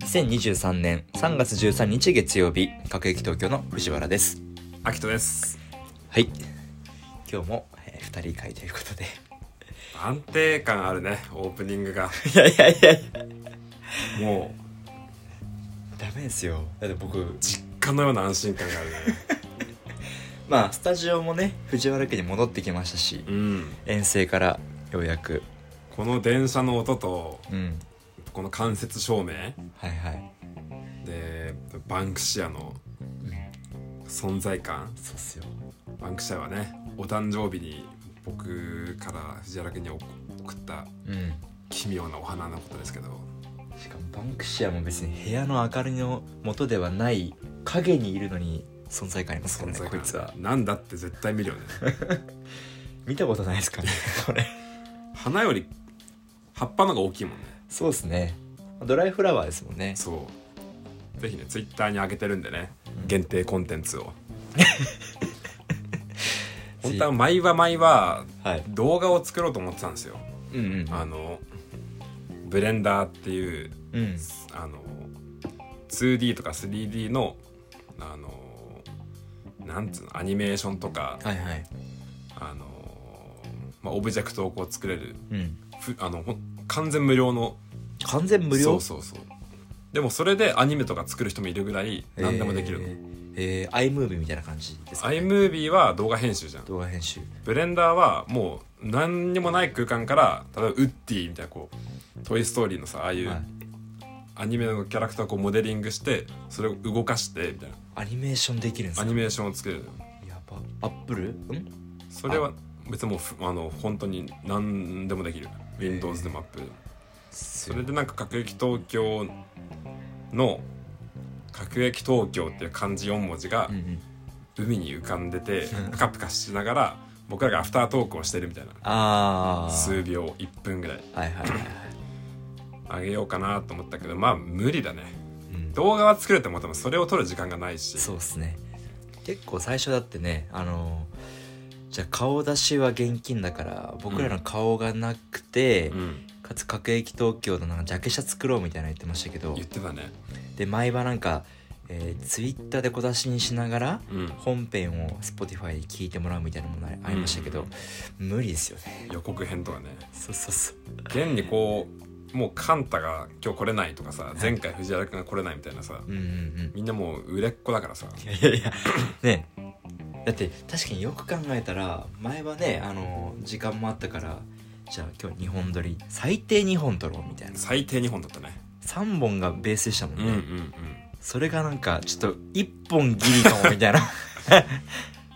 2023年3月13日月曜日各駅東京の藤原ですアキトですはい今日も、えー、2人会ということで安定感あるねオープニングがいやいやいやいやもダメですよだって僕う実家のような安心感があるね まあスタジオもね藤原家に戻ってきましたしうん遠征からようやくこの電車の音とうんこの間接照明はいはいでバンクシアの存在感そうっすよバンクシアはねお誕生日に僕から藤原家に送ったうん奇妙なお花のことですけどしかもバンクシアも別に部屋の明かりの元ではない影にいるのに存在感ありますから存ね在こい感つはなんだって絶対見るよね見たことないです かねこれ花より葉っぱの方が大きいもんねそうですねドライフラワーですもんねそうぜひねツイッターに上げてるんでね限定コンテンツ を本当は毎は毎ははい動画を作ろうと思ってたんですようんうんあのブレンダーっていううんあの 2D とか 3D のあのなんつうのアニメーションとかはいはいあの、まあ、オブジェクトをこう作れるうんふあのほん完全無料の完全無料そうそうそうでもそれでアニメとか作る人もいるぐらい何でもできるの、えーえー、iMovie みたいな感じですか、ね、 iMovie は動画編集じゃん動画編集ブレンダーはもう何にもない空間から例えばウッディみたいなこう「トイ・ストーリー」のさああいうはいアニメのキャラクターをこうモデリングしてそれを動かしてみたいなアニメーションできるんですアかニメーションを作るやばアップルんそれは別にもうふあの本当に何でもできる Windows でも Apple でもそそれでなんか「各駅東京」の「各駅東京」っていう漢字4文字がうんうん海に浮かんでてプカプカしながら僕らがアフタートークをしてるみたいなあ数秒1分ぐらいあはいはいはいはい、あげようかなと思ったけどまあ無理だねうん動画は作れても多分それを撮る時間がないしそうですね結構最初だってねあのじゃあ顔出しは現金だから僕らの顔がなくて、うん、かつ各駅東京のなんかジャケ写作ろうみたいなの言ってましたけど言ってたねで前はなんか、えー、ツイッターで小出しにしながらうん本編を Spotify で聞いてもらうみたいなのもありありましたけど、無理ですよね予告編とかねそうそうそう現にこうもうカンタが今日来れないとかさ前回藤原君が来れないみたいなさうんうんうんみんなもう売れっ子だからさいやいやねだって確かによく考えたら前はねあの時間もあったからじゃあ今日2本撮り最低2本撮ろうみたいな最低2本だったね3本がベースでしたもんうね、んうんうんそれがなんかちょっと1本ギリか もみたいな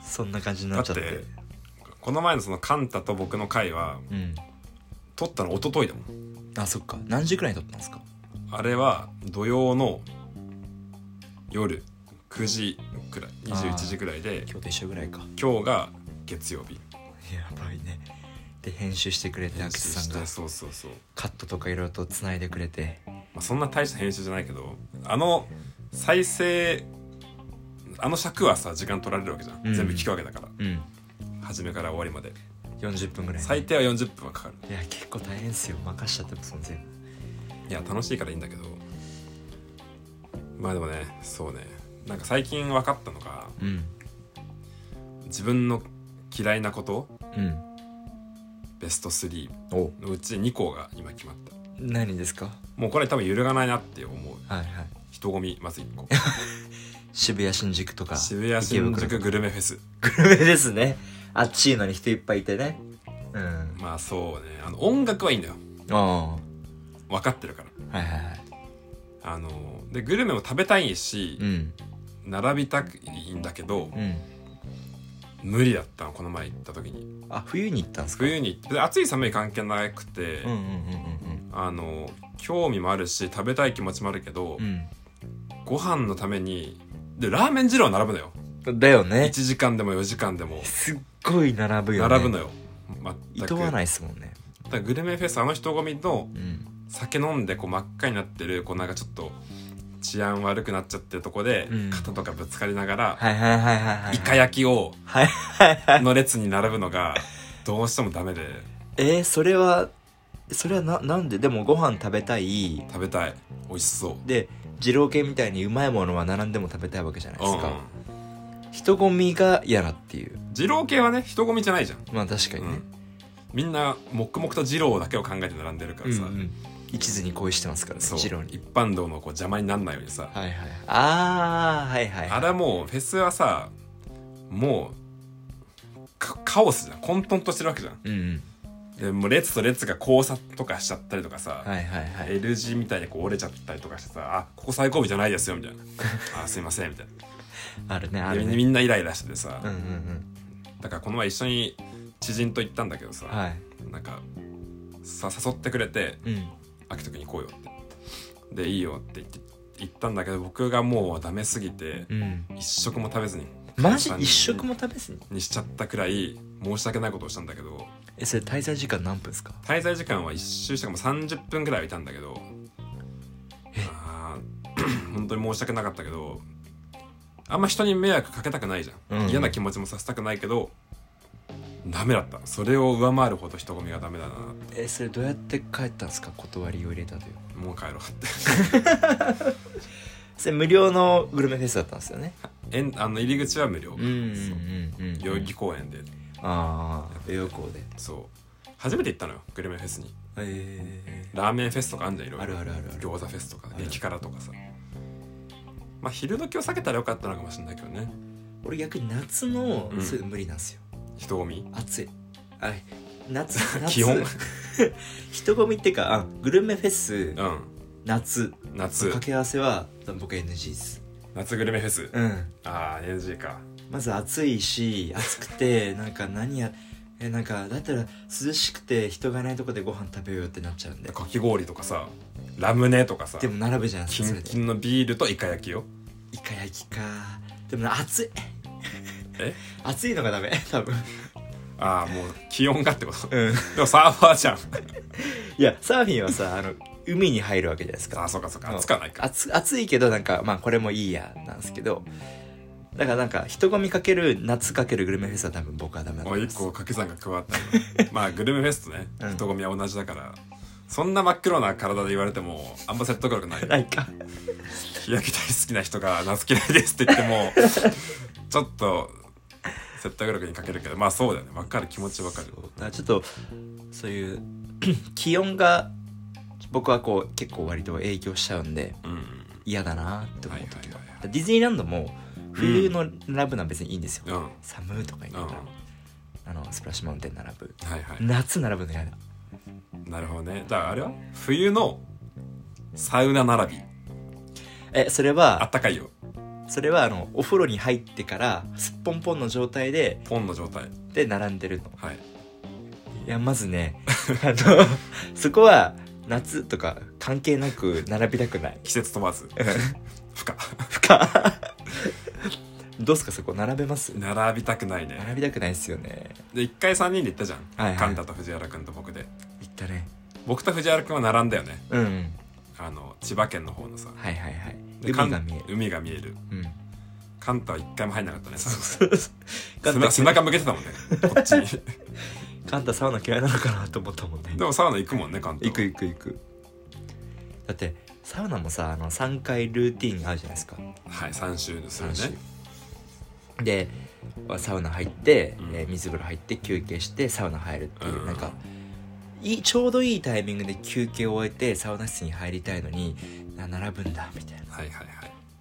そんな感じになだっっちゃっててこの前のそのカンタと僕の回はうん撮ったの一昨日だもんあそっか何時くらいに撮ったんですかあれは土曜の夜9時くらい21時くらいで今日と一緒ぐらいか今日が月曜日やばいねで編集してくれてアクスさんがそうそうそう、カットとかいろいろとつないでくれてまあ、そんな大した編集じゃないけどあの再生あの尺はさ時間取られるわけじゃん、うん全部聞くわけだからうん初めから終わりまで40分ぐらい最低は40分はかかるいや結構大変っすよ任しちゃってもその全部いや楽しいからいいんだけどまあでもねそうねなんか最近分かったのがうん自分の嫌いなことうんベスト3おのうち2校が今決まった何ですかもうこれ多分揺るがないなって思うはいはい人混みまず1個渋谷新宿とか渋谷池新袋宿グルメフェスグルメですねあっちいのに人いっぱいいてねうんまあそうねあの音楽はいいんだよあ分かってるからあはいはいはいあのでグルメも食べたいしうん並びたくいいんだけどうん無理だったのこの前行った時にあ冬に行ったんですか冬に行ってで暑い寒い関係なくて、うんうんうんあの興味もあるし食べたい気持ちもあるけど、うんご飯のためにでラーメン二郎並ぶのようんだよね1時間でも4時間でもすっごい並ぶよね並ぶのよいとわないいっすもんねだからグルメフェスあの人混みのうん酒飲んでこう真っ赤になってるこうなんかちょっと治安悪くなっちゃってるとこで、うん肩とかぶつかりながら、はいはいはいはいはいイカ焼きをはいの列に並ぶのがどうしてもダメでえー、それはそれはななんででもご飯食べたい食べたい美味しそうで二郎系みたいにうまいものは並んでも食べたいわけじゃないですか、う人混みが嫌だっていうん二郎系はね人混みじゃないじゃん、まあ確かにうねん、みんな黙々と二郎だけを考えて並んでるからさ、うんうん一途に恋してますからねそう二郎に一般道のこう邪魔にならないようにさ、はいはいああはいはいあれはもうフェスはさもうカカオスじゃん混沌としてるわけじゃんうんうんでもう列と列が交差とかしちゃったりとかさ、はいはいはい L 字みたいにこう折れちゃったりとかしてさ「あここ最後尾じゃないですよ」みたい な「あすいません」みたいあるねなあでるみんなねみんなイライラしててさ、うんうんうんだからこの前一緒に知人と行ったんだけどさ、はいなんかさ誘ってくれてうん「秋人君行こうよ」ってで「いいよ」って言って行ったんだけど僕がもうダメすぎてうん一食も食べずにマジ一食も食べずににしちゃったくらい申し訳ないことをしたんだけどえそれ滞在時間何分ですか滞在時間は1周してかもう30分ぐらいはいたんだけどあー本当に申し訳なかったけどあんま人に迷惑かけたくないじゃん、うん嫌な気持ちもさせたくないけどダメだったそれを上回るほど人混みがダメだなえそれどうやって帰ったんですか断りを入れたというもう帰ろうってそれ無料のグルメフェスだったんですよねえんあの入り口は無料、うんうんうんうん代々木公園でああ栄養校でそう初めて行ったのよグルメフェスにえラーメンフェスとかあんじゃんいろあいろるあるあるある餃子フェスとかある激辛とかさまあ昼時を避けたらよかったのかもしれないけどね俺逆に夏のうんそういうの無理なんですよ人混み暑いあ 夏夏気温 人混みってかあグルメフェスうん夏夏掛け合わせは僕 NG です夏グルメフェスうんああ NG かまず暑いし暑くてなんか何やえなんかだったら涼しくて人がいないとこでご飯食べようよってなっちゃうんでかき氷とかさラムネとかさでも並ぶじゃないですキかそンれでキンのビールとイカ焼きよイカ焼きかでもな暑い え暑いのがダメ多分ああもう気温がってことうんでもサーファー じゃんいやサーフィンはさあの海に入るわけじゃないですあかあそうかそうか暑かないか暑暑いけどなんかまあこれもいいやなんですけどだからなんか人混みかける夏かけるグルメフェスは多分僕はダメだとも思ういま一す個掛け算が加わったよ まあグルメフェスとねうん人混みは同じだから、そんな真っ黒な体で言われてもあんま説得力ないよないか日焼け大好きな人が夏嫌いですって言ってもちょっと説得力に欠けるけどまあそうだよね分かる気持ち分かるそうだからちょっとそういう 気温が僕はこう結構割と影響しちゃうんでうんうん嫌だなって思う時は,、はいはいはいはいだからディズニーランドも冬のラブな別にいいんですよ、うんうん寒いとか言いながら、あのスプラッシュマウンテン並ぶはいは夏並ぶの嫌だいなるほどねだからあれは冬のサウナ並びえそれあっはたかいよそれはあのお風呂に入ってからすっぽんぽんの状態でポンの状態で並んでるのはいいやまずねあのそこは夏とか関係なく並びたくない季節問わず負荷かどうすかそこ並べます並びたくないね並びたくないですよねで一回3人で行ったじゃん、はいはいカンタと藤原君と僕で行ったね僕と藤原君は並んだよねうん、あの千葉県の方のさはいはいはいで海が見えカンる海が見えるうんカンタは一回も入んなかったねサウナカ背ン中タ背中向けてたもんねこっちに カンタサウナ嫌いなのかなと思ったもんねでもサウナ行くもんね関東行く行く行くだってサウナもさあの3回ルーティンがあるじゃないですかはい3周す三る種ねでサウナ入って、うんえー水風呂入って休憩してサウナ入るっていう、うんなんかいいちょうどいいタイミングで休憩を終えてサウナ室に入りたいのにな並ぶんだみたいはいはい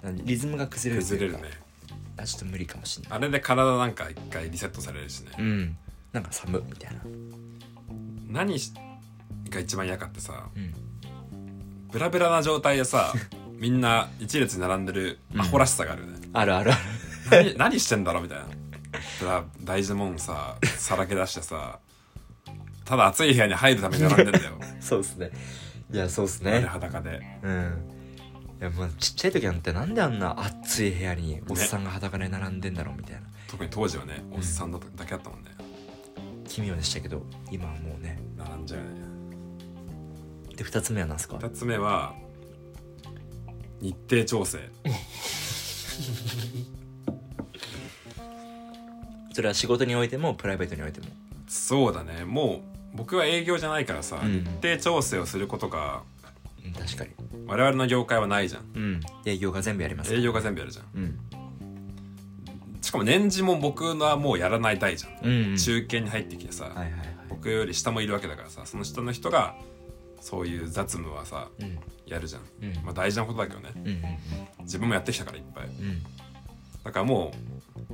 はいなリズムが崩れると崩いれうかるねあちょっと無理かもしんないあれで体なんか一回リセットされるしね、うんなんか寒っみたいな何しが一番嫌かってさうんブラブラな状態 でさみんな一列に並んでるアホらしさがあるよね、あるあるある 何何してんだろうみたいなブラ大事なもんささらけ出してさただ暑い部屋に入るために並んでんだよそうっす ねいやそうっす俺ね裸でうんいやまあちっちゃい時なんてなんであんな暑い部屋におっさんが裸で並んでんだろうみたいな、特に当時はねおっさんだだけだったもんね奇妙でしたけど今はもうね並んじゃうよねで2つ目は何すか2つ目は日程調整それは仕事においてもプライベートにおいてもそうだねもう僕は営業じゃないからさ、うん日程調整をすることがうん確かに我々の業界はないじゃんうん営業が全部やります営業が全部やるじゃうんんしかも年次も僕のはもうやらない代じゃん、うん中堅に入ってきてさ、はいはいはい僕より下もいるわけだからさその下の人がそういう雑務はさうんやるじゃん、うんまあ大事なことだけどねうんうん自分もやってきたからいっぱいうんだからも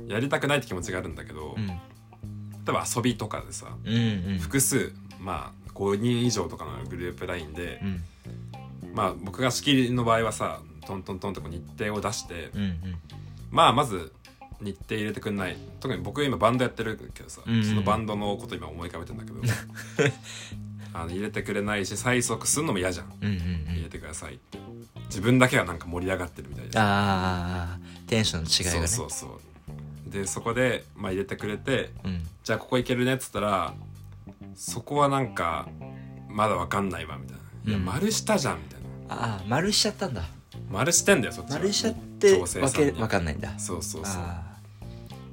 うやりたくないって気持ちがあるんだけど、うん例えば遊びとかでさうんうん複数まあ5人以上とかのグループラインで、うんまあ僕が仕切りの場合はさトントントンとこう日程を出して、うんうんまあまず日程入れてくんない特に僕今バンドやってるけどさ、うんうんそのバンドのこと今思い浮かべてんだけ どあの入れてくれないし催促するのも嫌じゃんうんうん入れてくださいって自分だけがなんか盛り上がってるみたいなああテンションの違いがねそうそうそうでそこで、まあ、入れてくれてうんじゃあここ行けるねっつったらそこはなんかまだわかんないわみたいな「いやうん丸したじゃん」みたいなああ丸しちゃったんだ「丸してんだよそっちは丸しちゃって調整わさんけにわかんないんだそうそうそうあ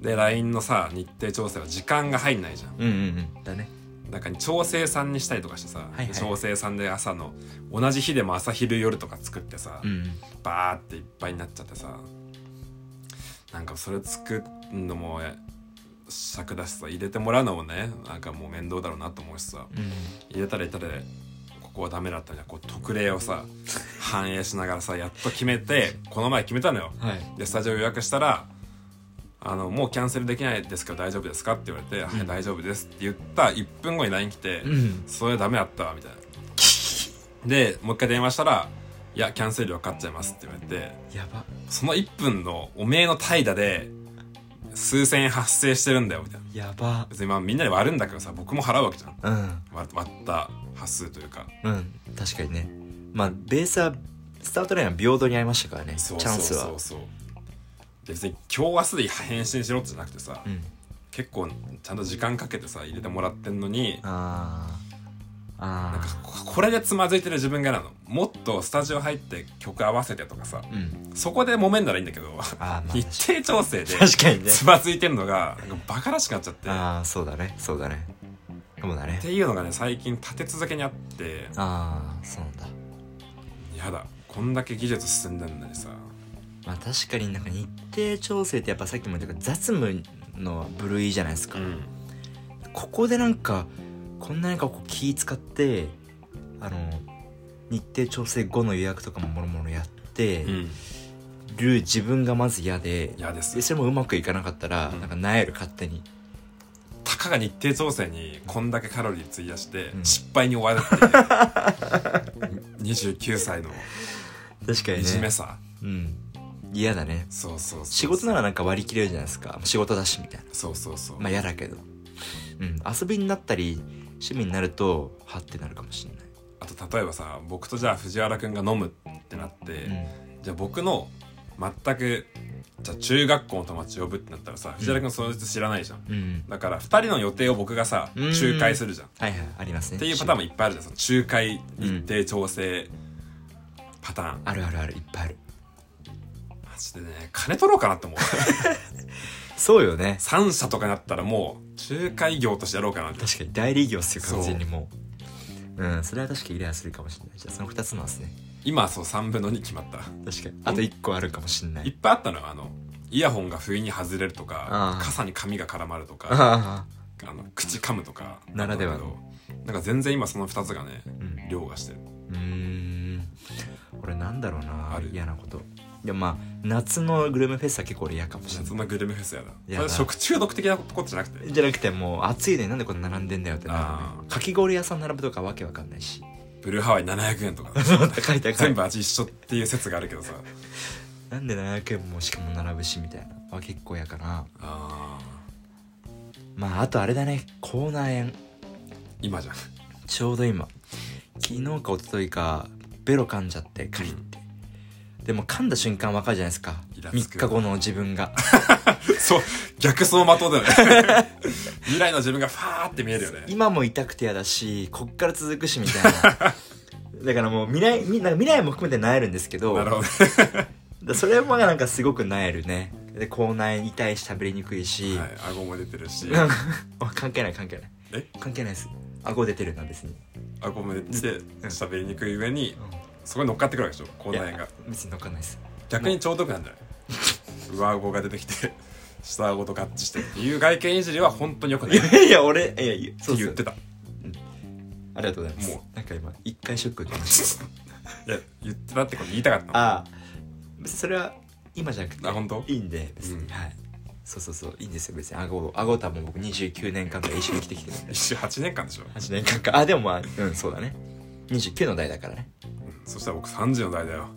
で LINE のさ日程調整は時間が入んないじゃんあうんうんうんだねなんか調整さんにしたりとかしてさ、いはい調整さんで朝の同じ日でも朝昼夜とか作ってさ、うんバーっていっぱいになっちゃってさなんかそれ作るのも尺だしさ入れてもらうのもねなんかもう面倒だろうなと思うしさうん入れたら入れたらここはダメだったんだこう特例 をさ反映しながらさやっと決めてこの前決めたのよはいでスタジオ予約したらあの「もうキャンセルできないですけど大丈夫ですか?」って言われて「はい大丈夫です」って言った1分後に LINE 来て「うんそれダメだったわ」みたいなでもう一回電話したら「いやキャンセル料かかっちゃいます」って言われてやばその1分のおめえの怠惰で数千円発生してるんだよみたいなやば別にまあみんなで割るんだけどさ僕も払うわけじゃんうん割割った端数というかうん確かにねまあベースはスタートラインは平等にありましたからねチそャうそうンスそはうそうで別に今日明日で返信しろってじゃなくてさ、うん結構ちゃんと時間かけてさ入れてもらってんのにああなんかあここれでつまずいてる自分がなのもっとスタジオ入って曲合わせてとかさあうんそこで揉めんならいいんだけど ああまあ日程調整で確かにねつまずいてんのがなんかバカらしくなっちゃってっああそうだねそうだねかもだねていうのがね最近立て続けにあってああそうなんだやだこんだけ技術進んでんのにさまあ確かになんか日程調整ってやっぱさっきも言ったけど雑務の部類じゃないですか、うんここでなんかこんなにかこう気使ってあの日程調整後の予約とかももろもろやってうんる自分がまず嫌で、嫌ですでそれもうまくいかなかったら、うんなんかなえる勝手にたかが日程調整にこんだけカロリー費やしてうん失敗に終わるっていう 29歳の確かいじめさうん嫌だねそうそうそう仕事ならなんか割り切れるじゃないですか仕事だしみたいなそうそうそうまあ嫌だけどうん遊びになったり趣味になるとはってなるかもしれないあと例えばさ僕とじゃあ藤原くんが飲むってなって、じゃあ僕の全くじゃあ中学校の友達呼ぶってなったらさ藤原くんその人知らないじゃん、うん、うん、だから2人の予定を僕がさうん仲介するじゃんっはいはいありますねていうパターンもいっぱいあるじゃんその仲介日程調整パターン、あるあるあるいっぱいあるマジでね金取ろうかなって思う そうよね3社とかになったらもう仲介業としてやろうかなって確かに代理業っすよ完全にもううんそれは確かにイライラするかもしれないじゃあその2つなんですね今はそう3分の2決まった確かにあと1個あるかもしれないっいぱいあったのよあのイヤホンが不意に外れるとかあー傘に髪が絡まるとかああの口噛むとかならではのあったんだけどなんか全然今その2つがねあうん凌駕してるうーん俺なんだろうなある嫌なこといやまあ夏のグルメフェスは結構俺嫌かもしれな夏のグルメフェスやなやだそれ食中毒的なことじゃなくていじゃなくてもう暑いのになんでこんな並んでんだよってなるあよねかき氷屋さん並ぶとかわけわかんないしブルーハワイ700円とか 高い高い全部味一緒っていう説があるけどさ なんで700円もしかも並ぶしみたいなあ結構嫌かなあまああとあれだね口内炎ー今じゃん ちょうど今昨日か一昨日かベロ噛んじゃってカリって、でも噛んだ瞬間わかるじゃないですかイラつ3く日後の自分がそう逆走的だよね 未来の自分がファーって見えるよね今も痛くてやだしこっから続くしみたいな だからもう未来みなんか未来も含めてなえるんですけどなるほどねだそれもなんかすごくなえるねで口内痛いし喋りにくいし、はい、顎も出てる しうんあ関係ない関係ないえ関係ないです顎出てるな別に、あごめんで喋りにくい上にそこに乗っかってくるわけでしょ口い内炎がや別に乗っかんないです逆にちょうどよくなんじゃない上顎が出てきて下顎と合致してっていう外見いじりは本当によくないいってやいや俺いやいやそう言そうってたありがとうございますもなんか今一回ショック受けましたいや言ってたってこと言いたかったのああ別にそれは今じゃなくてあ本当いいんで別に、うんはいそうそうそういいんですよ別に顎顎たも僕29年間ぐらい一緒に生きてきてるんで一周8年間でしょ、 8年間かあでもまあうんそうだね29の代だからねうんそしたら僕30の代だよ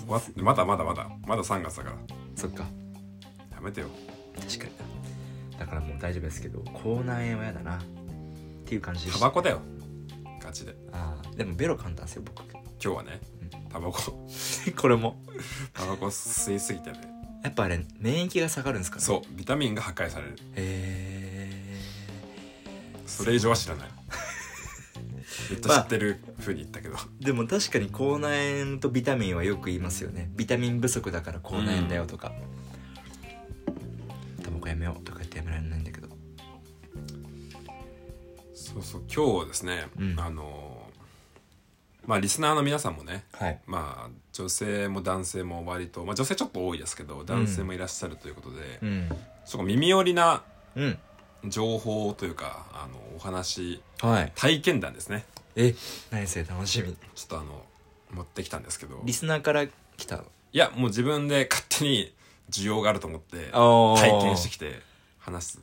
終わってまだまだまだまだ3月だからそっかやめてよ確かになだからもう大丈夫ですけど口内炎は嫌だなっていう感じでタしバたコだよガチであーでもベロ簡単ですよ僕 今日はねタバコこれもタバコ吸いすぎてねやっぱあれ免疫が下がるんですかねそうビタミンが破壊されるへえそれ以上は 知らないめっちゃ知ってるふうに言ったけど、でも確かに口内炎とビタミンはよく言いますよねビタミン不足だから口内炎だよとか、タバコやめようとか言ってやめられないんだけどそうそう今日ですね、うんあのーまあリスナーの皆さんもねはいまあ女性も男性も割と、まあ、女性ちょっと多いですけど男性もいらっしゃるということで、うんちょっと耳寄りなうん情報というかあのお話はい体験談ですねえ何せ楽しみちょっとあの持ってきたんですけどリスナーから来たいやもう自分で勝手に需要があると思ってあー体験してきて話す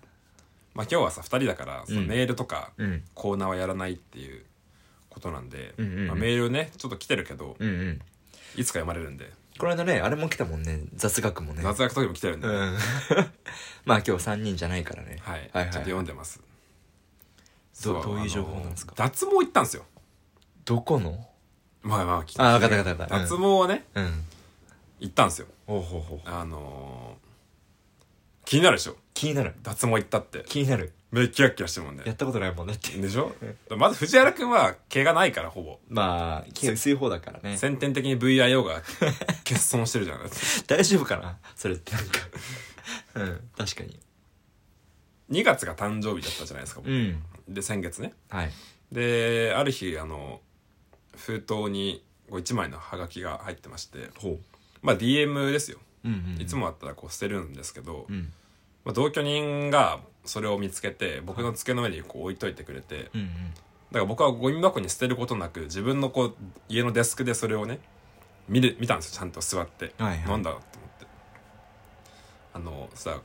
まあ今日はさ2人だからそのうんメールとかうんコーナーはやらないっていうことなんで、うんうんうんまあ、メールねちょっと来てるけどうんうんいつか読まれるんでこの間ねあれも来たもんね雑学もね夏学時も来てるんで、うん まあ今日3人じゃないからねはい、はいはいちょっと読んでますどそうどういう情報なんですかあの脱毛行ったんですよどこのまあまあ聞いてあ分かった分かった分かった脱毛はねうん行ったんですよほうほうほうあのー気になるでしょ気になる脱毛行ったって気になる目キラッキラしてるもんねやったことないもんだってでしょまず藤原君は毛がないからほぼまあ気薄い方だからね先天的に VIO が欠損してるじゃないですか大丈夫かなそれってなんかうん確かに2月が誕生日だったじゃないですか、うんで先月ねはいである日あの封筒にこう1枚のハガキが入ってましてほまあ DM ですよううんうんいつもだったらこう捨てるんですけど、うんまあ、同居人がそれを見つけて僕の机の上にこう置いといてくれて、うんうんだから僕はゴミ箱に捨てることなく自分のこう家のデスクでそれをね見る見たんですよちゃんと座って、はいはいなんだろうと思ってあのさ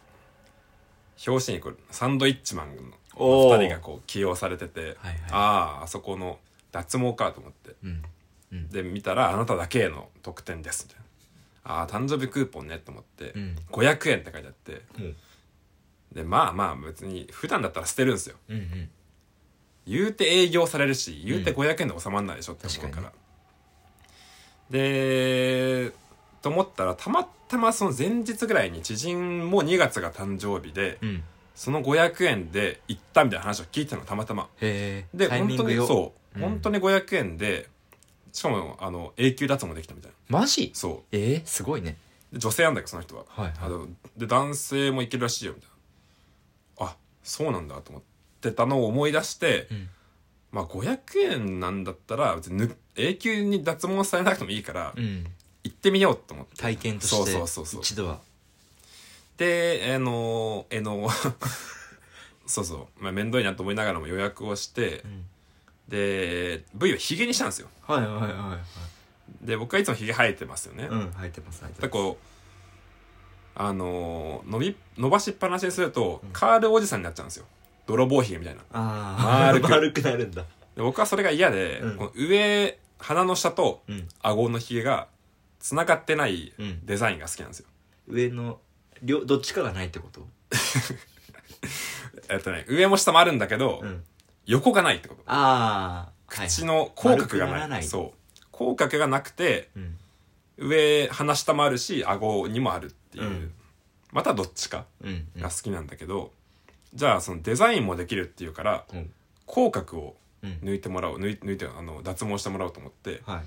表紙にこれサンドイッチマンのおー2人がこう起用されてて、はいはいあああそこの脱毛かと思ってうんうんで見たら「あなただけへの特典です」みたいな「ああ誕生日クーポンね」と思って、うん500円って書いてあってうんでまあまあ別に普段だったら捨てるんですようんうん言うて営業されるし言うて500円で収まんないでしょって思うから、でと思ったらたまたまその前日ぐらいに知人も2月が誕生日で、うんその500円で行ったみたいな話を聞いたのたまたまへえでタイミン本当グによそうう、ん本当に500円でしかもあの永久脱毛できたみたいなマジそえー、すごいねうで女性なんだけどその人は、はいはいあので男性もいけるらしいよみたいなあそうなんだと思ってたのを思い出して、うんまあ500円なんだったら別にぬ永久に脱毛されなくてもいいからうん行ってみようと思って、体験としてそうそうそうそう一度はであのえの そうそう、まあ、面倒いなと思いながらも予約をして、んで部位をヒゲにしたんですよはいはいはいはいで僕はいつもヒゲ生えてますよね、うん生えてます生えてだまこうあの伸び伸ばしっぱなしにすると、カールおじさんになっちゃうんですよ泥棒ヒゲみたいなああ丸く丸くなるんだで僕はそれが嫌で、うんこの上鼻の下とうん顎のひげがつながってないうんデザインが好きなんですよ、上の両どっちかがないってことえっとね上も下もあるんだけど、ん横がないってことああ口の口丸く角がなない,、らないそう口角がなくてうん上鼻下もあるし顎にもあるっていう、うんまたどっちかうんが好きなんだけど、じゃあそのデザインもできるっていうからうん口角をうん抜いてもらおう抜い抜いてあの脱毛してもらおうと思ってはい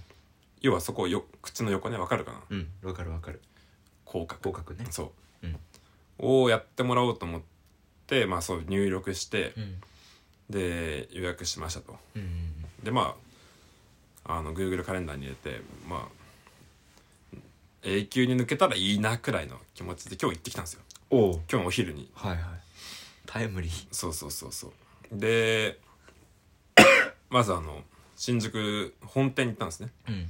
要はそこをよ口の横ねわかるかなうんわかるわかる口角合格ねそうう、んをやってもらおうと思ってまあそう入力して、うんで予約しましたとうんうんでまああの Google カレンダーに入れてまあ永久に抜けたらいいなくらいの気持ちで今日行ってきたんですよおう今日のお昼にはいはいタイムリーそうそうそうそうで まずあの新宿本店に行ったんですねうん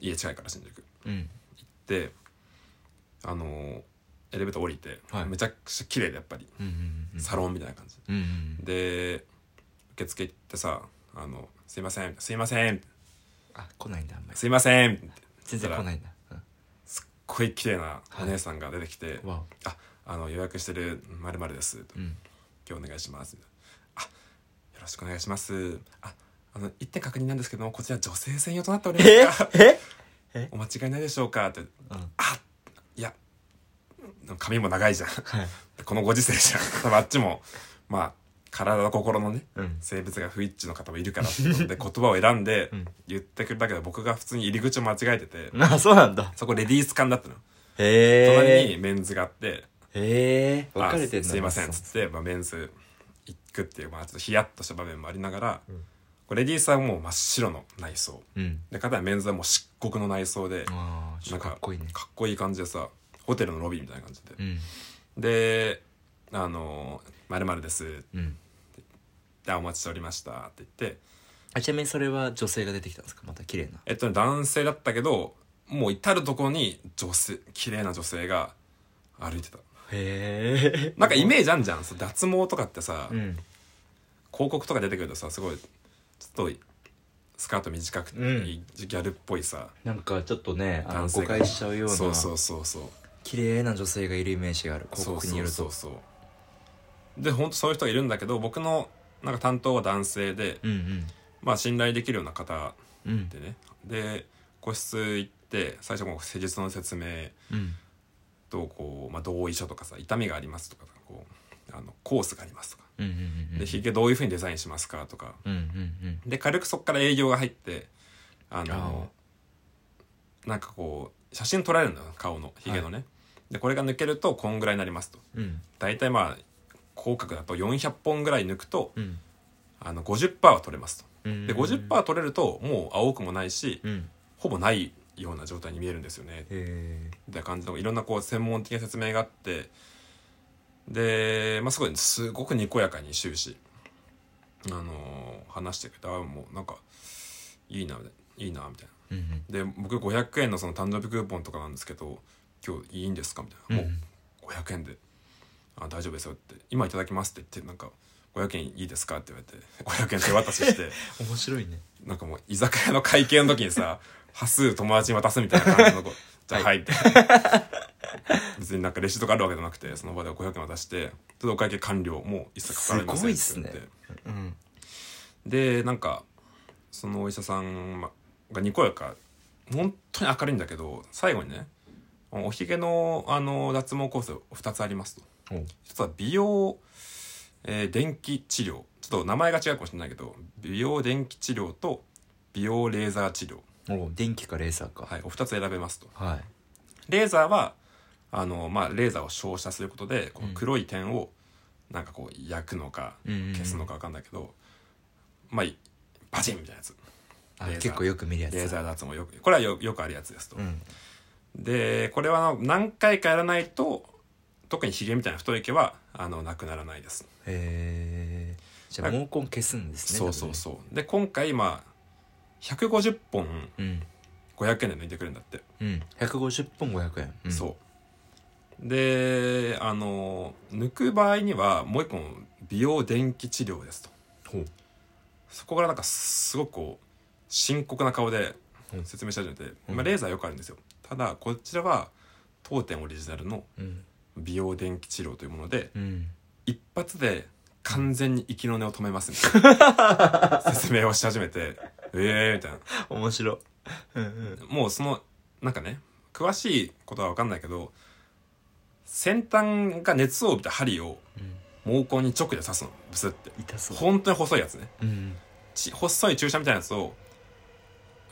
家近いから新宿うんであのーエレベーター降りて、はいめちゃくちゃ綺麗でやっぱりうんうんうんサロンみたいな感じ、うんうんで受付行ってさ「あのすいませんすいませんあ来ないんだあんまりすいません」って全然来ないんだすっごい綺麗なお姉さんが出てきて「うんわああの予約してるまるです」とおうん今日お願いします」あよろしくお願いします」ああの一点確認なんですけどもこちら女性専用となっておりますえがえ お間違いないでしょうか」ってうんいや髪も長いじゃん はいこのご時世じゃん多分あっちもまあ体と心のねうん性別が不一致の方もいるからってことで言 葉を選んでうん言ってくれたけど僕が普通に入り口を間違えててあそうなんだそこレディース館だったの隣へえにメンズがあってへえあ分かれてんだすいませんっつって、まあ、メンズ行くっていう、まあ、ちょっとヒヤッとした場面もありながら、これレディースはもう真っ白の内装うんで片やメンズはもう漆黒の内装でああちょっとかっこいいねかっこいい感じでさホテルのロビーみたいな感じでうんで「あの〇〇ですうん」であお待ちしておりました」って言ってあちなみにそれは女性が出てきたんですかまた綺麗なえっとね男性だったけどもう至る所に女性綺麗な女性が歩いてたへえなんかイメージあんじゃんそう脱毛とかってさ、うん広告とか出てくるとさすごいちょっとスカート短くて、うんギャルっぽいさなんかちょっとねあの男性誤が解しちゃうようなそうそうそうそう綺麗な女性がいるイメージがある広告によるそうとそうそうそうで本当そういう人がいるんだけど僕のなんか担当は男性で、うんまあ信頼できるような方うんうんでねで個室行って最初こう施術の説明うんとこう、まあ、同意書とかさ痛みがありますとかこうあのコースがありますとかうんうんうんでひげどういうふうにデザインしますかとかうんうんで軽くそこから営業が入ってああのなんかこう写真撮られるんだよ顔のひげのね、でこれが抜けるとこんぐらいになりますとうんうん大体まあ口角だと400本ぐらい抜くとうんあの50%は取れますうんとで50%取れるともう青くもないしうんほぼないような状態に見えるんですよねへみたいな感じのいろんなこう専門的な説明があってで、まあ、すごいすごくにこやかに終始、あのー話してくれてあもうなんかいいなみたいないいなみたいえうんうんなで僕500円のその誕生日クーポンとかなんですけど今日いいんですかみたいな、うんもう500円であ大丈夫ですよって今いただきますって言ってなんか500円いいですかって言わ れて500円手渡しして面白いねなんかもう居酒屋の会計の時 にさ、端数友達に渡すみたいな感じの子、じゃあはい、みたいな。別になんかレシートがあるわけじゃなくて、その場で500円渡して、ちょっとお会計完了、もう一切関わりませんってすごいっ言すってね。うんで、なんか、そのお医者さんまがにこやか、本当に明るいんだけど、最後にね、おひげのあの脱毛コース2つありますと。一つは美容、えー電気治療ちょっと名前が違うかもしれないけど美容電気治療と美容レーザー治療、お電気かレーサーかはい、お二つ選べますとはいレーザーはあの、まあ、レーザーを照射することでこのうん黒い点をなんかこう焼くのかうん消すのか分かんないけど、まあいバチンみたいなやつあレーザー結構よく見るやつレーザー脱毛よくこれはよよくあるやつですと、うんでこれは何回かやらないと特にヒゲみたいな太い毛はあのなくならないですへえじゃあ毛根消すんですねそうそう多そうで今回今150本分ね500円で抜いてくれるんだって、うんうん150本500円うんそうであの抜く場合にはもう一本美容電気治療ですとほうそこからなんかすごくこう深刻な顔でうん説明し始めて、うんまあ、レーザーよくあるんですよただこちらは当店オリジナルのうん美容電気治療というものでうん一発で完全に息の根を止めますみたいな説明をし始めてええー、みたいな面白うんうんもうそのなんかね詳しいことは分かんないけど先端が熱を帯びた針をうん毛根に直で刺すのブスって痛そう本当に細いやつねうんち細い注射みたいなやつを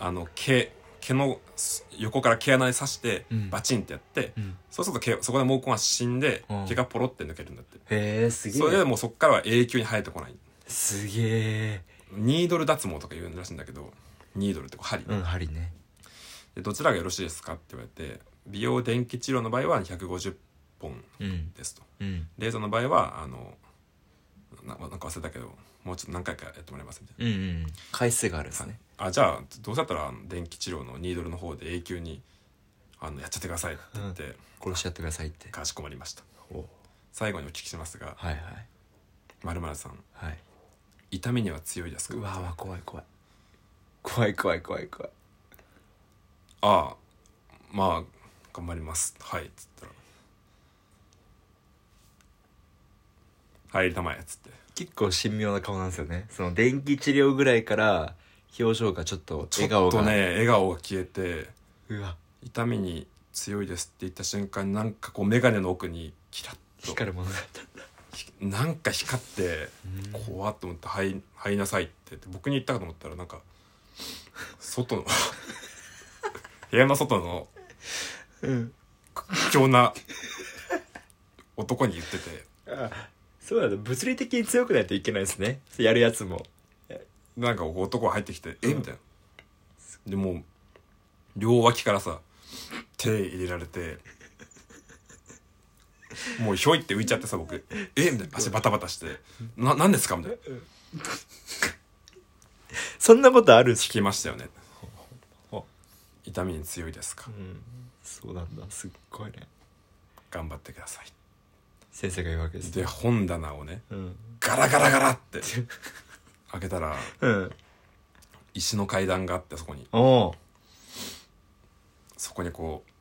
あの毛毛のす横から毛穴に刺してうんバチンってやって、うんそうすると毛そこで毛根が死んでうん毛がポロって抜けるんだって、へえすげえそれでもうそこからは永久に生えてこないすげえニードル脱毛とか言うらしいんだけどニードルってこう針、うん針ねでどちらがよろしいですかって言われて美容電気治療の場合は150本うんですとうんレーザーの場合はあのななんか忘れたけどもうちょっと何回かやってもらいますみたいうんうん回数があるんですな、ねあじゃあどうせだったらあの電気治療のニードルの方で永久にあのやっちゃってくださいって言って、殺しちゃってくださいってかしこまりましたお最後にお聞きしますがはいはいまるさんはい痛みには強いですかうわうわ怖い怖い怖い怖い怖い怖いああまあ頑張りますはいっつったら「はい入りたまえ」っつって結構神妙な顔なんですよねその電気治療ぐらいから表情がちょっとち笑顔ょっがとね笑顔が消えてうわ痛みに強いですって言った瞬間になんかこう眼鏡の奥にキラッと光るものだったひなんか光って怖っと思って「はい入りなさい」って言って僕に言ったかと思ったらなんか 外の部屋の外のうん貴重な男に言っててあそうだね物理的に強くないといけないですねやるやつもなんかこう男が入ってきて「えうんみたいなでもう両脇からさ手入れら れてもうひょいって浮いちゃってさ僕「えみたいな足バタバタして「な何ですか?」みたいな「そんなことある聞きましたよねほ」 「痛みに強いですかうんそうなんだすっごいね頑張ってください先生が言うわけで」すで本棚をねうんガラガラガラって開けたらうん石の階段があってそこにおおそこにこう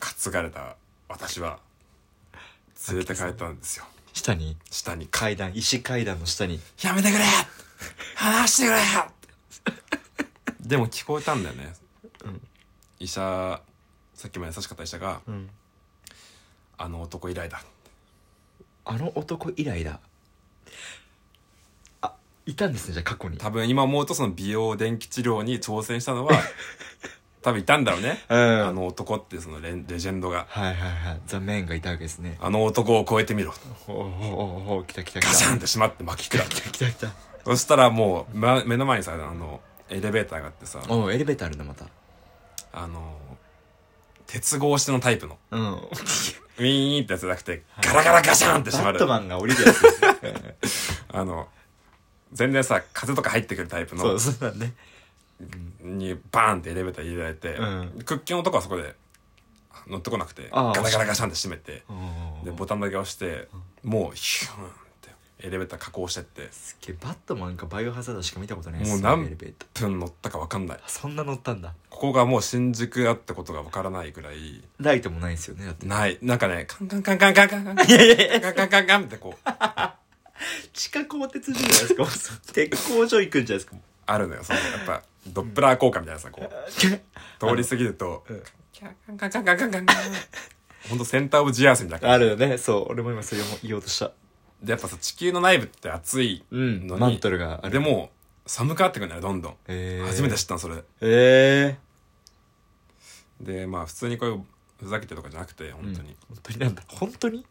担がれた私は連れて帰ったんですよ下に下に階段石階段の下に「やめてくれ話してくれ!」でも聞こえたんだよね、うん医者さっきも優しかった医者がうん「あの男以来だあの男以来だあいたんですねじゃあ過去」に多分今思うとその美容電気治療に挑戦した のは多分いたんだろうね、うんあの男っていうそのレレジェンドがはいはいはい。ザ・メンがいたわけですね。「あの男を超えてみろ」おおおお来た来た来た。ガシャンって閉まって巻き下 って来た来た。そしたらもう、ま、目の前にさあのエレベーターがあってさおおエレベーターあるな、また。あの鉄格子のタイプのうん。ウィーンってやつじゃなくてガラガラガシャンって閉バまッるトマンが降りるやつですね。あの、全然さ、風とか入ってくるタイプそのう、、そうだね。にバーンってエレベーター入れられて、うんクッキーのとこはそこで乗ってこなくて、あガあラガラガシャンって閉めて、おで、おボタンだけ押して、もうヒューンってエレベーター加工してって、すっげえバットマンかバイオハザードしか見たことないですもうね。何エレベーター。プン乗ったかわかんない。そんな乗ったんだ。ここがもう新宿やってことがわからないぐらい、ライトもないですよね、だって。ない。なんかね、カンカンカンカンカンカンカンカンカンカンカンカンってこう、地下鋼鉄所じゃないですか。もうそう鉄工所行くんじゃないですか。もうあるのよ。その、やっぱ、ドップラー効果みたいなさ、こう、通り過ぎると、キャカンカンカンカンカンカンカン。ほんとセンターオブジアースみたいな感じあるよね。そう。俺も今それを言おうとした。でやっぱさ地球の内部って暑いうん。のに、マントルがある。でも寒くなってくるんだよどんどん、えー、初めて知ったのそれえでまあ普通にこういうふざけてとかじゃなくてー。本当うん、に本当になんだ。本当に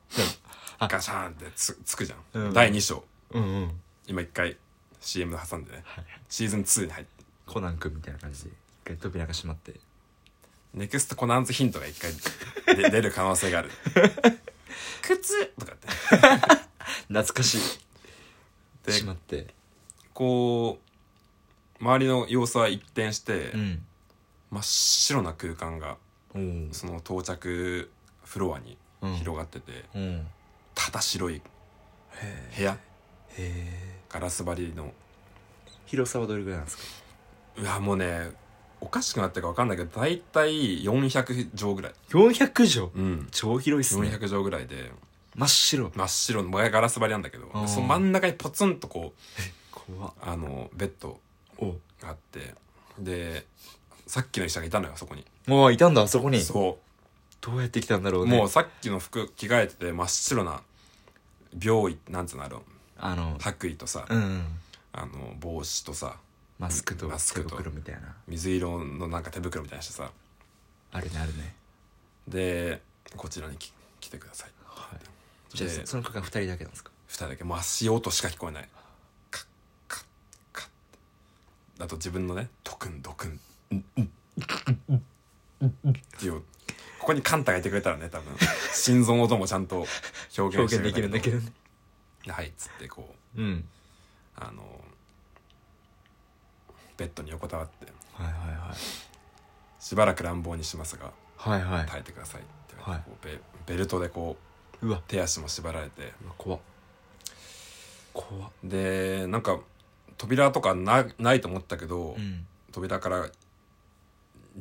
あガシャーンってつつくじゃん、うん第2章うんうん。今1回 CM 挟んでねはい。シーズン2に入ってコナン君みたいな感じで一回扉が閉まってネクストコナンズヒントが1回 で出る可能性がある靴とかって懐かしいで閉まってこう周りの様子は一転して、ん真っ白な空間がおうんその到着フロアに広がってて、うんただ白いへ部屋えガラス張りの広さはどれぐらいなんですかうわもうねおかしくなってるか分かんないけど大体400畳ぐらい400畳うん超広いっすね400畳ぐらいで真っ白真っ白のガラス張りなんだけどあーその真ん中にポツンとこう怖あのベッドおがあってでさっきの医者がいたのよそこにおういたんだあそこにそどうやって来たんだろううねもうさっきの服着替えてて真っ白な病院なんつうのあのあの白衣とさうんうんあの帽子とさマスクとマスクと手袋みたいな水色のなんか手袋みたいにしてさあるねあるねでこちらにき来てくださいはいでじゃあその区間2人だけなんですか二人だけもう足音しか聞こえないかあと自分のね「ドクンドクン」っていうここにカンタがいてくれたらね 多分心臓の音もちゃんと表現表し現てできるんだけどねどはいっつってこううんあのベッドに横たわってはいはいはいしばらく乱暴にしますがはいはい耐えてくださいって言われてこうベベルトでこううわ手足も縛られてうわ怖っ怖っでなんか扉とかなないと思ったけど、うん扉から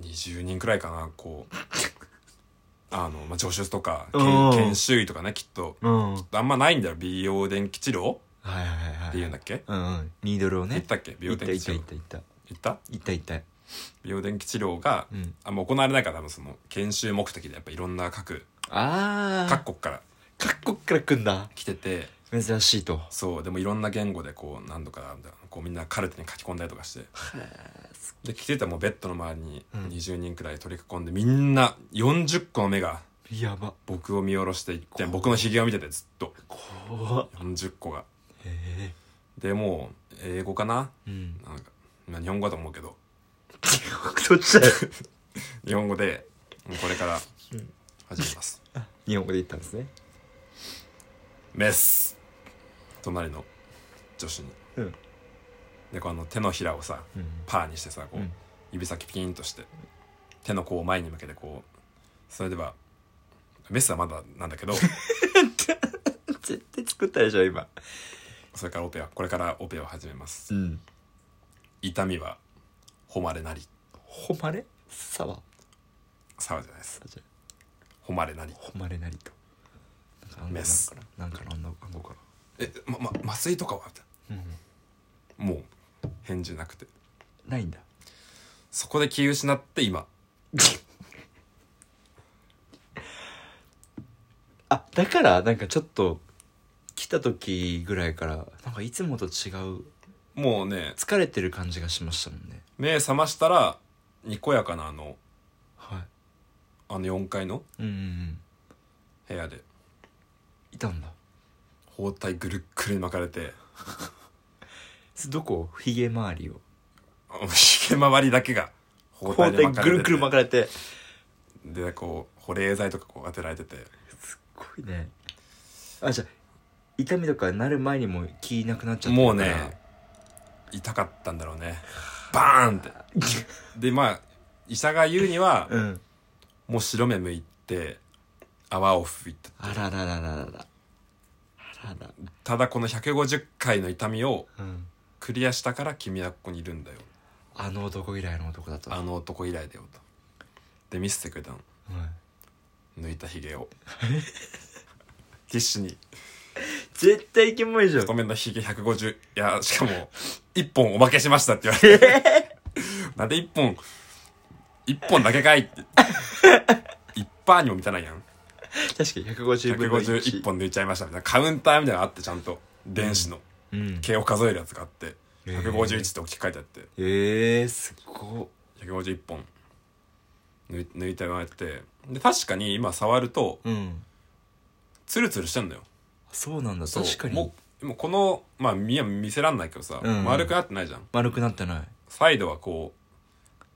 20人くらいかなこ うあの、まあ、助手とかけうんん研修医とかねきっとうんはいあんまないんだよ美容電気治療っはいはいはいていうんだっけ、うんうんニードルを言っねたっけ美い容った電い気った治い療ったいった言ったいったいった美容電気治療が、うんあもう行われないから多分その研修目的でやっぱいろんな各ああ各国から各国から来んだ来てて珍しいとそうでもいろんな言語でこう何度かなんだこうみんなカルテに書き込んだりとかしてで来てたもうベッドの周りにうん20人くらい取り囲んで、みんな40個の目がやば僕を見下ろしていって僕のひげを見ててずっと怖っ40個がへでもう英語かなえうんなんか、まあ、日本語だと思うけど どっ ちだよ日本語でこれから始めます、日本語で言ったんですねメス隣の女子にうんでこの手のひらをさうんパーにしてさこう、うん指先ピーンとして手の甲を前に向けてこうそれではメスはまだなん だけど絶対作ったでしょ今それからオペはこれからオペを始めますうん痛みは誉れなり誉れさは沢じゃないですじゃ誉れなり誉れなりとなんか暗号メスなんかななんかの暗号かえまま麻酔とかはなうんもう返事なくてないんだそこで気を失って今あだからなんかちょっと来た時ぐらいからなんかいつもと違うもうね疲れてる感じがしましたもんね目覚ましたらにこやかなあのはあの4階のいうんうんうん部屋でいたんだ包帯ぐるっくるに巻かれてどこひげ周りをあひげ周りだけが包包帯ぐるぐる巻かれてでこう保冷剤とかこう当てられててすっごいねあじゃあ痛みとかなる前にもう気なくなっちゃったもうね痛かったんだろうねバーンってでまあ医者が言うにはうんもう白目向いて泡を吹いてあららららららあららただこの150回の痛みをうんクリアしたから君はここにいるんだよあの男以来の男だとあの男以来だよとで見せてくれたのはい抜いたひげをティッシュに絶対キモいじゃん太めのひげ150いやしかも1本おまけしましたって言われて なんで1本1本だけかいって1パーにも満たないやん確かに150分の151本抜いちゃいましたみたいなカウンターみたいなのがあってちゃんと電子のうん毛を数えるやつがあってへー151って大きく書いてあってえー、すごっ151本抜い抜いてもらってで確かに今触るとうんツルツルしてんのよそうなんだそう確かにもうもうこのまあ見見せらんないけどさ、うん丸くなってないじゃん丸くなってないサイドはこ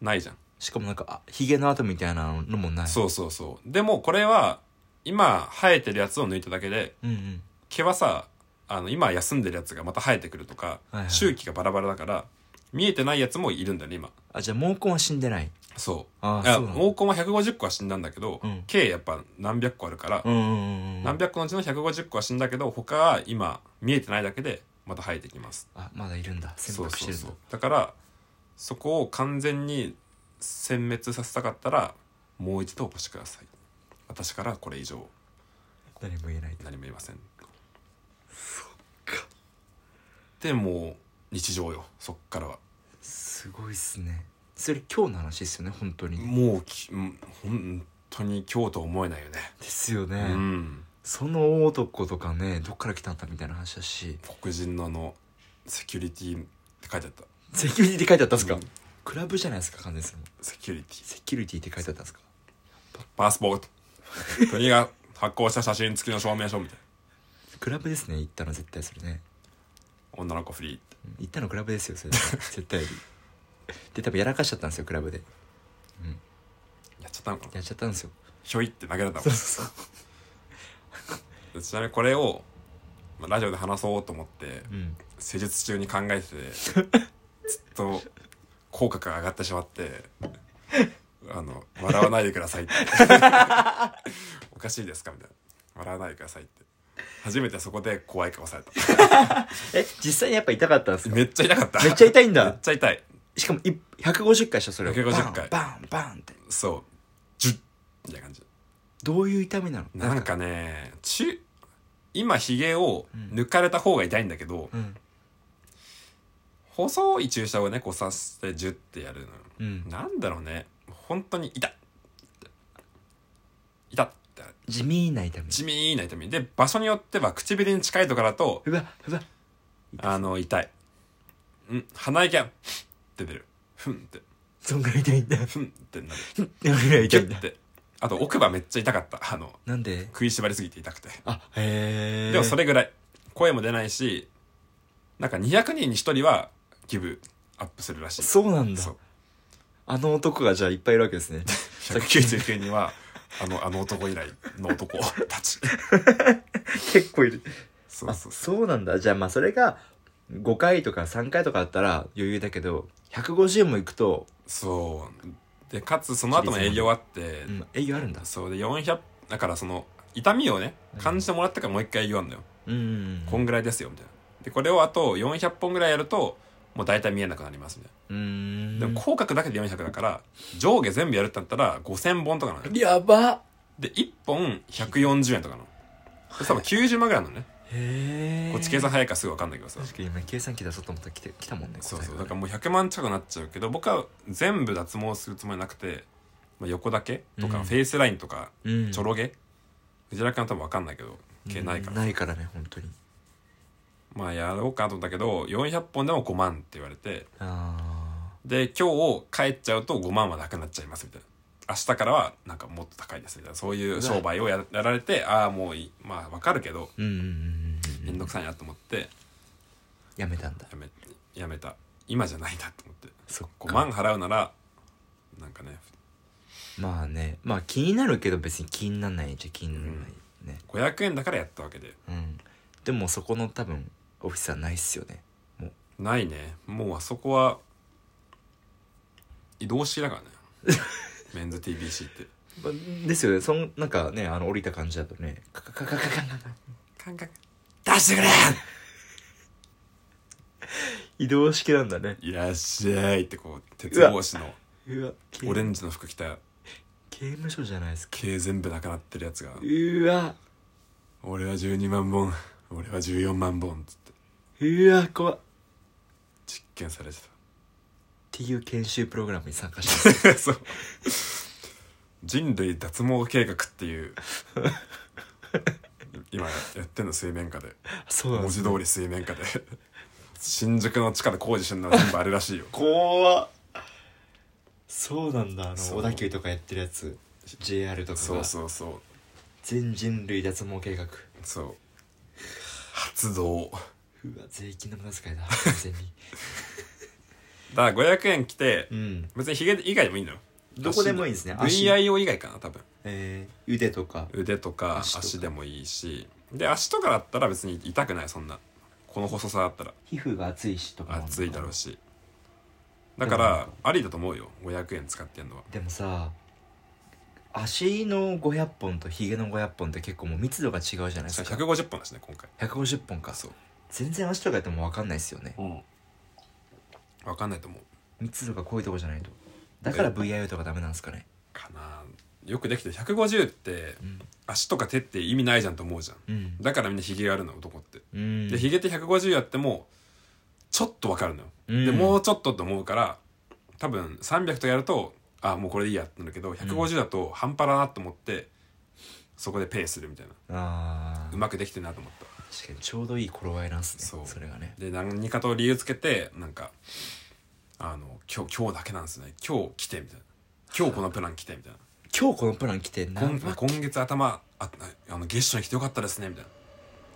うないじゃん、しかもなんかあヒゲの跡みたいなのもないそうそうそうでもこれは今生えてるやつを抜いただけでうんうん毛はさあの今休んでるやつがまた生えてくるとか、はいはい周期がバラバラだから見えてないやつもいるんだよね今あじゃあ毛根は死んでないそうあーいやそうなんだ毛根は150個は死んだんだけど、うん毛やっぱ何百個あるから、うんうんうんうん何百個のうちの150個は死んだけど他は今見えてないだけでまた生えてきますあまだいるんだ潜そう伏しそてうるそのうだからそこを完全に殲滅させたかったらもう一度お越しください私からこれ以上何も言えない何も言いませんそっかでもう日常よそっからはすごいっすねそれ今日の話ですよね本当にもうきうん本当に今日と思えないよねですよね、うんその大男とかねどっから来たんだみたいな話だし黒人のあのセキュリティって書いてあったセキュリティって書いてあったんですか、うんクラブじゃないですか完全にそのセキュリティセキュリティって書いてあったんですかパスポート国が発行した写真付きの証明書みたいクラブですね行ったの絶対それねな女の子フリーって 行ったのクラブですよそれ絶対で多分やらかしちゃったんですよクラブでやっちゃったのかなやっちゃったんですよひょいって投げられたもそんうそうそちなみにこれを、まあ、ラジオで話そうと思ってううん施術中に考 えててずっと口角が上がってしまってあの「笑わないでください」って おかしいですかみたいな「笑わないでください」って初めてそこで怖い顔されたえ実際にやっぱ痛かったんですかめっちゃ痛かっためっちゃ痛いんだめっちゃ痛いしかもい150回したそれを150回バンバンバンってそうジュッみたいな感じどういう痛みなのなんかねち今ひげを抜かれた方が痛いんだけど、うん細い注射をねこう刺してジュッてやるのようんなんだろうね本当に痛っ痛っって地味な痛み地味な痛みで場所によっては唇に近いところだとうわうわあの痛いうん鼻息がって出るふんってそんぐらい痛いんだふんってなるそんぐらい痛ギいュんッだてあと奥歯めっちゃ痛かったあのなんで食いしばりすぎて痛くてあへえでもそれぐらい声も出ないしなんか200人に1人はギブアップするらしいそうなんだそうあの男がじゃあいっぱいいるわけですね199人はあのあの男以来の男 たち 結構いるそあうそうそうそうなんだじゃあまあそれが5回とか3回とかあったら余裕だけど150もいくと、そうでかつその後も営業あって、うん、営業あるんだそうで400だからその痛みをね感じてもらったからもう一回営業あるんだよ、うんうんこんぐらいですよみたいなでこれをあと400本ぐらいやるともう大体見えなくなりますみたいうんうんなでも口角だけで400だから上下全部やるってなったら5000本とかなのよやばで1本140円とかなのそしたら90万ぐらいなのね、へえこっち計算早いからすぐ分かんないけどさ確かに今計算機出そうと思ったら来て来たもんねそうそう答えだかがらもう100万近くなっちゃうけど僕は全部脱毛するつもりなくて、まあ、横だけとか、うんフェイスラインとかうんちょろげ藤原君は多分分かんないけど毛ないから、ないからね本当にまあやろうかなと思ったけど400本でも5万って言われてあで今日帰っちゃうと5万はなくなっちゃいますみたいな明日からはなんかもっと高いですみたいなそういう商売をややられてああもういいまあ分かるけどーうんうんうんうん面倒くさいなと思ってやめたんだやめやめた今じゃないなと思ってそっか5万払うならなんかねまあねまあ気になるけど別に気にならないじゃ気にならないね500円だからやったわけでうん、でもそこの多分オフィスはないっすよねもうないねもうあそこは移動式だからね メンズ TBC ってまあですよねそんなんかねあの降りた感じだとねカカカカカカカカ感覚出してくれ移動式なんだねいらっしゃいってこう鉄格子のうわ刑オレンジの服着た刑務所じゃないですか毛全部なくなってるやつがうわ「俺は12万本俺は14万本」っつってうわ怖っっ実験されてていう研修プログラムに参加してますたそう人類脱毛計画っていう 今やってんの水面下でそうなん文です字通り水面下で新宿の地下で工事してるのは全部あれらしいよ怖っそうなんだあのそう小田急とかやってるやつ JR とか そうがそうそう全人類脱毛計画そう発動うわ税金の無駄遣いだ完全にだから500円来てうん別にヒゲ以外でもいいのよどこでもいいんですね足 VIO 以外かな多分えー、腕とか腕とか足とか足でもいいしで足とかだったら別に痛くないそんなこの細さだったら皮膚が厚いしとかも熱いだろうしだからありだと思うよ500円使ってんのはでもさ足の500本とひげの500本って結構もう密度が違うじゃないですか150本だしね今回150本かそう全然足とかやっても分かんないですよねうん分かんないと思う密度が濃いとこじゃないとだから VIO とかダメなんですかねかなよくできてる150ってうん足とか手って意味ないじゃんと思うじゃんうんだからみんなヒゲがあるの男ってうんでヒゲって150やってもちょっとわかるのよ、うんでもうちょっとと思うから多分300とやるとあもうこれでいいやってなるけど150だと半端だなと思って、そこでペイするみたいなあうあまくできてるなと思った確かにちょうどいい頃合いなんですねそうそれがねで何かと理由つけてなんかあの今日今日だけなんですね今日来てみたいな今日このプラン来てみたいな 今日このプラン来てなん今か今月頭ああの月初に来てよかったですねみたいな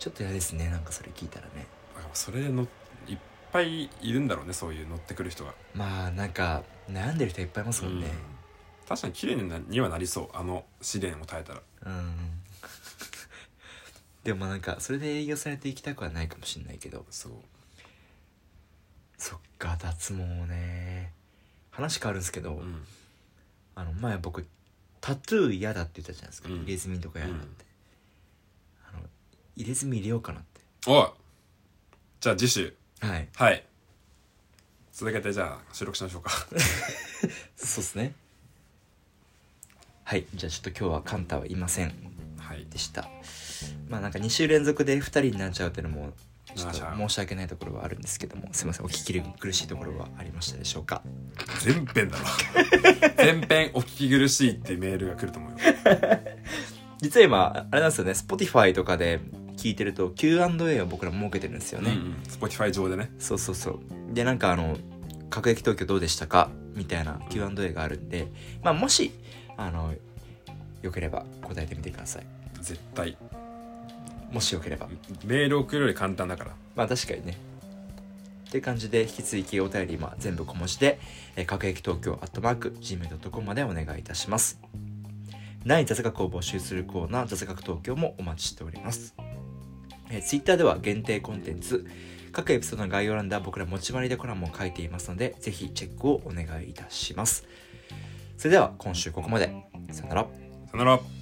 ちょっと嫌ですねなんかそれ聞いたらねだからそれのいっぱいいるんだろうねそういう乗ってくる人が、まあなんか悩んでる人いっぱいいますもんね確かに綺麗になにはなりそうあの試練を耐えたらうん でもまあなんかそれで営業されていきたくはないかもしれないけどそうそっか脱毛ね話変わるんですけど、うんあの前僕タトゥー嫌だって言ったじゃないですか、うん入れ墨とか嫌だって、うあんの入れ墨入れようかなっおいじゃあ次週てはいはい続けてじゃあ収録しまし ょうかそうっすねはいじゃあちょっと今日はカンタはいませんはいでしたまあなんか2週連続で2人になっちゃうっていうのもちょっと申し訳ないところはあるんですけどもすいませんお聞き苦しいところはありましたでしょうか全編 だろ全編お聞き苦しいっていうメールが来ると思うよ実は今あれなんですよね Spotify とかで聞いてると Q&A を僕ら設けてるんですよね、うんうん、Spotify 上でねそうそうそうでなんかあの「各駅東京どうでしたか?」みたいな Q&A があるんで、まあ、もしあのよければ答えてみてください絶対もしよければメール送るより簡単だからまあ確かにねっていう感じで引き続きお便り今全部小文字で「えー各駅東京」「アットマーク」「gmail.com」までお願いいたしますない雑学を募集するコーナー「雑学東京」もお待ちしておりますえー、Twitter では限定コンテンツ各エピソードの概要欄では僕ら持ち回りでコラムを書いていますのでぜひチェックをお願いいたしますそれでは今週ここまでさよならさよなら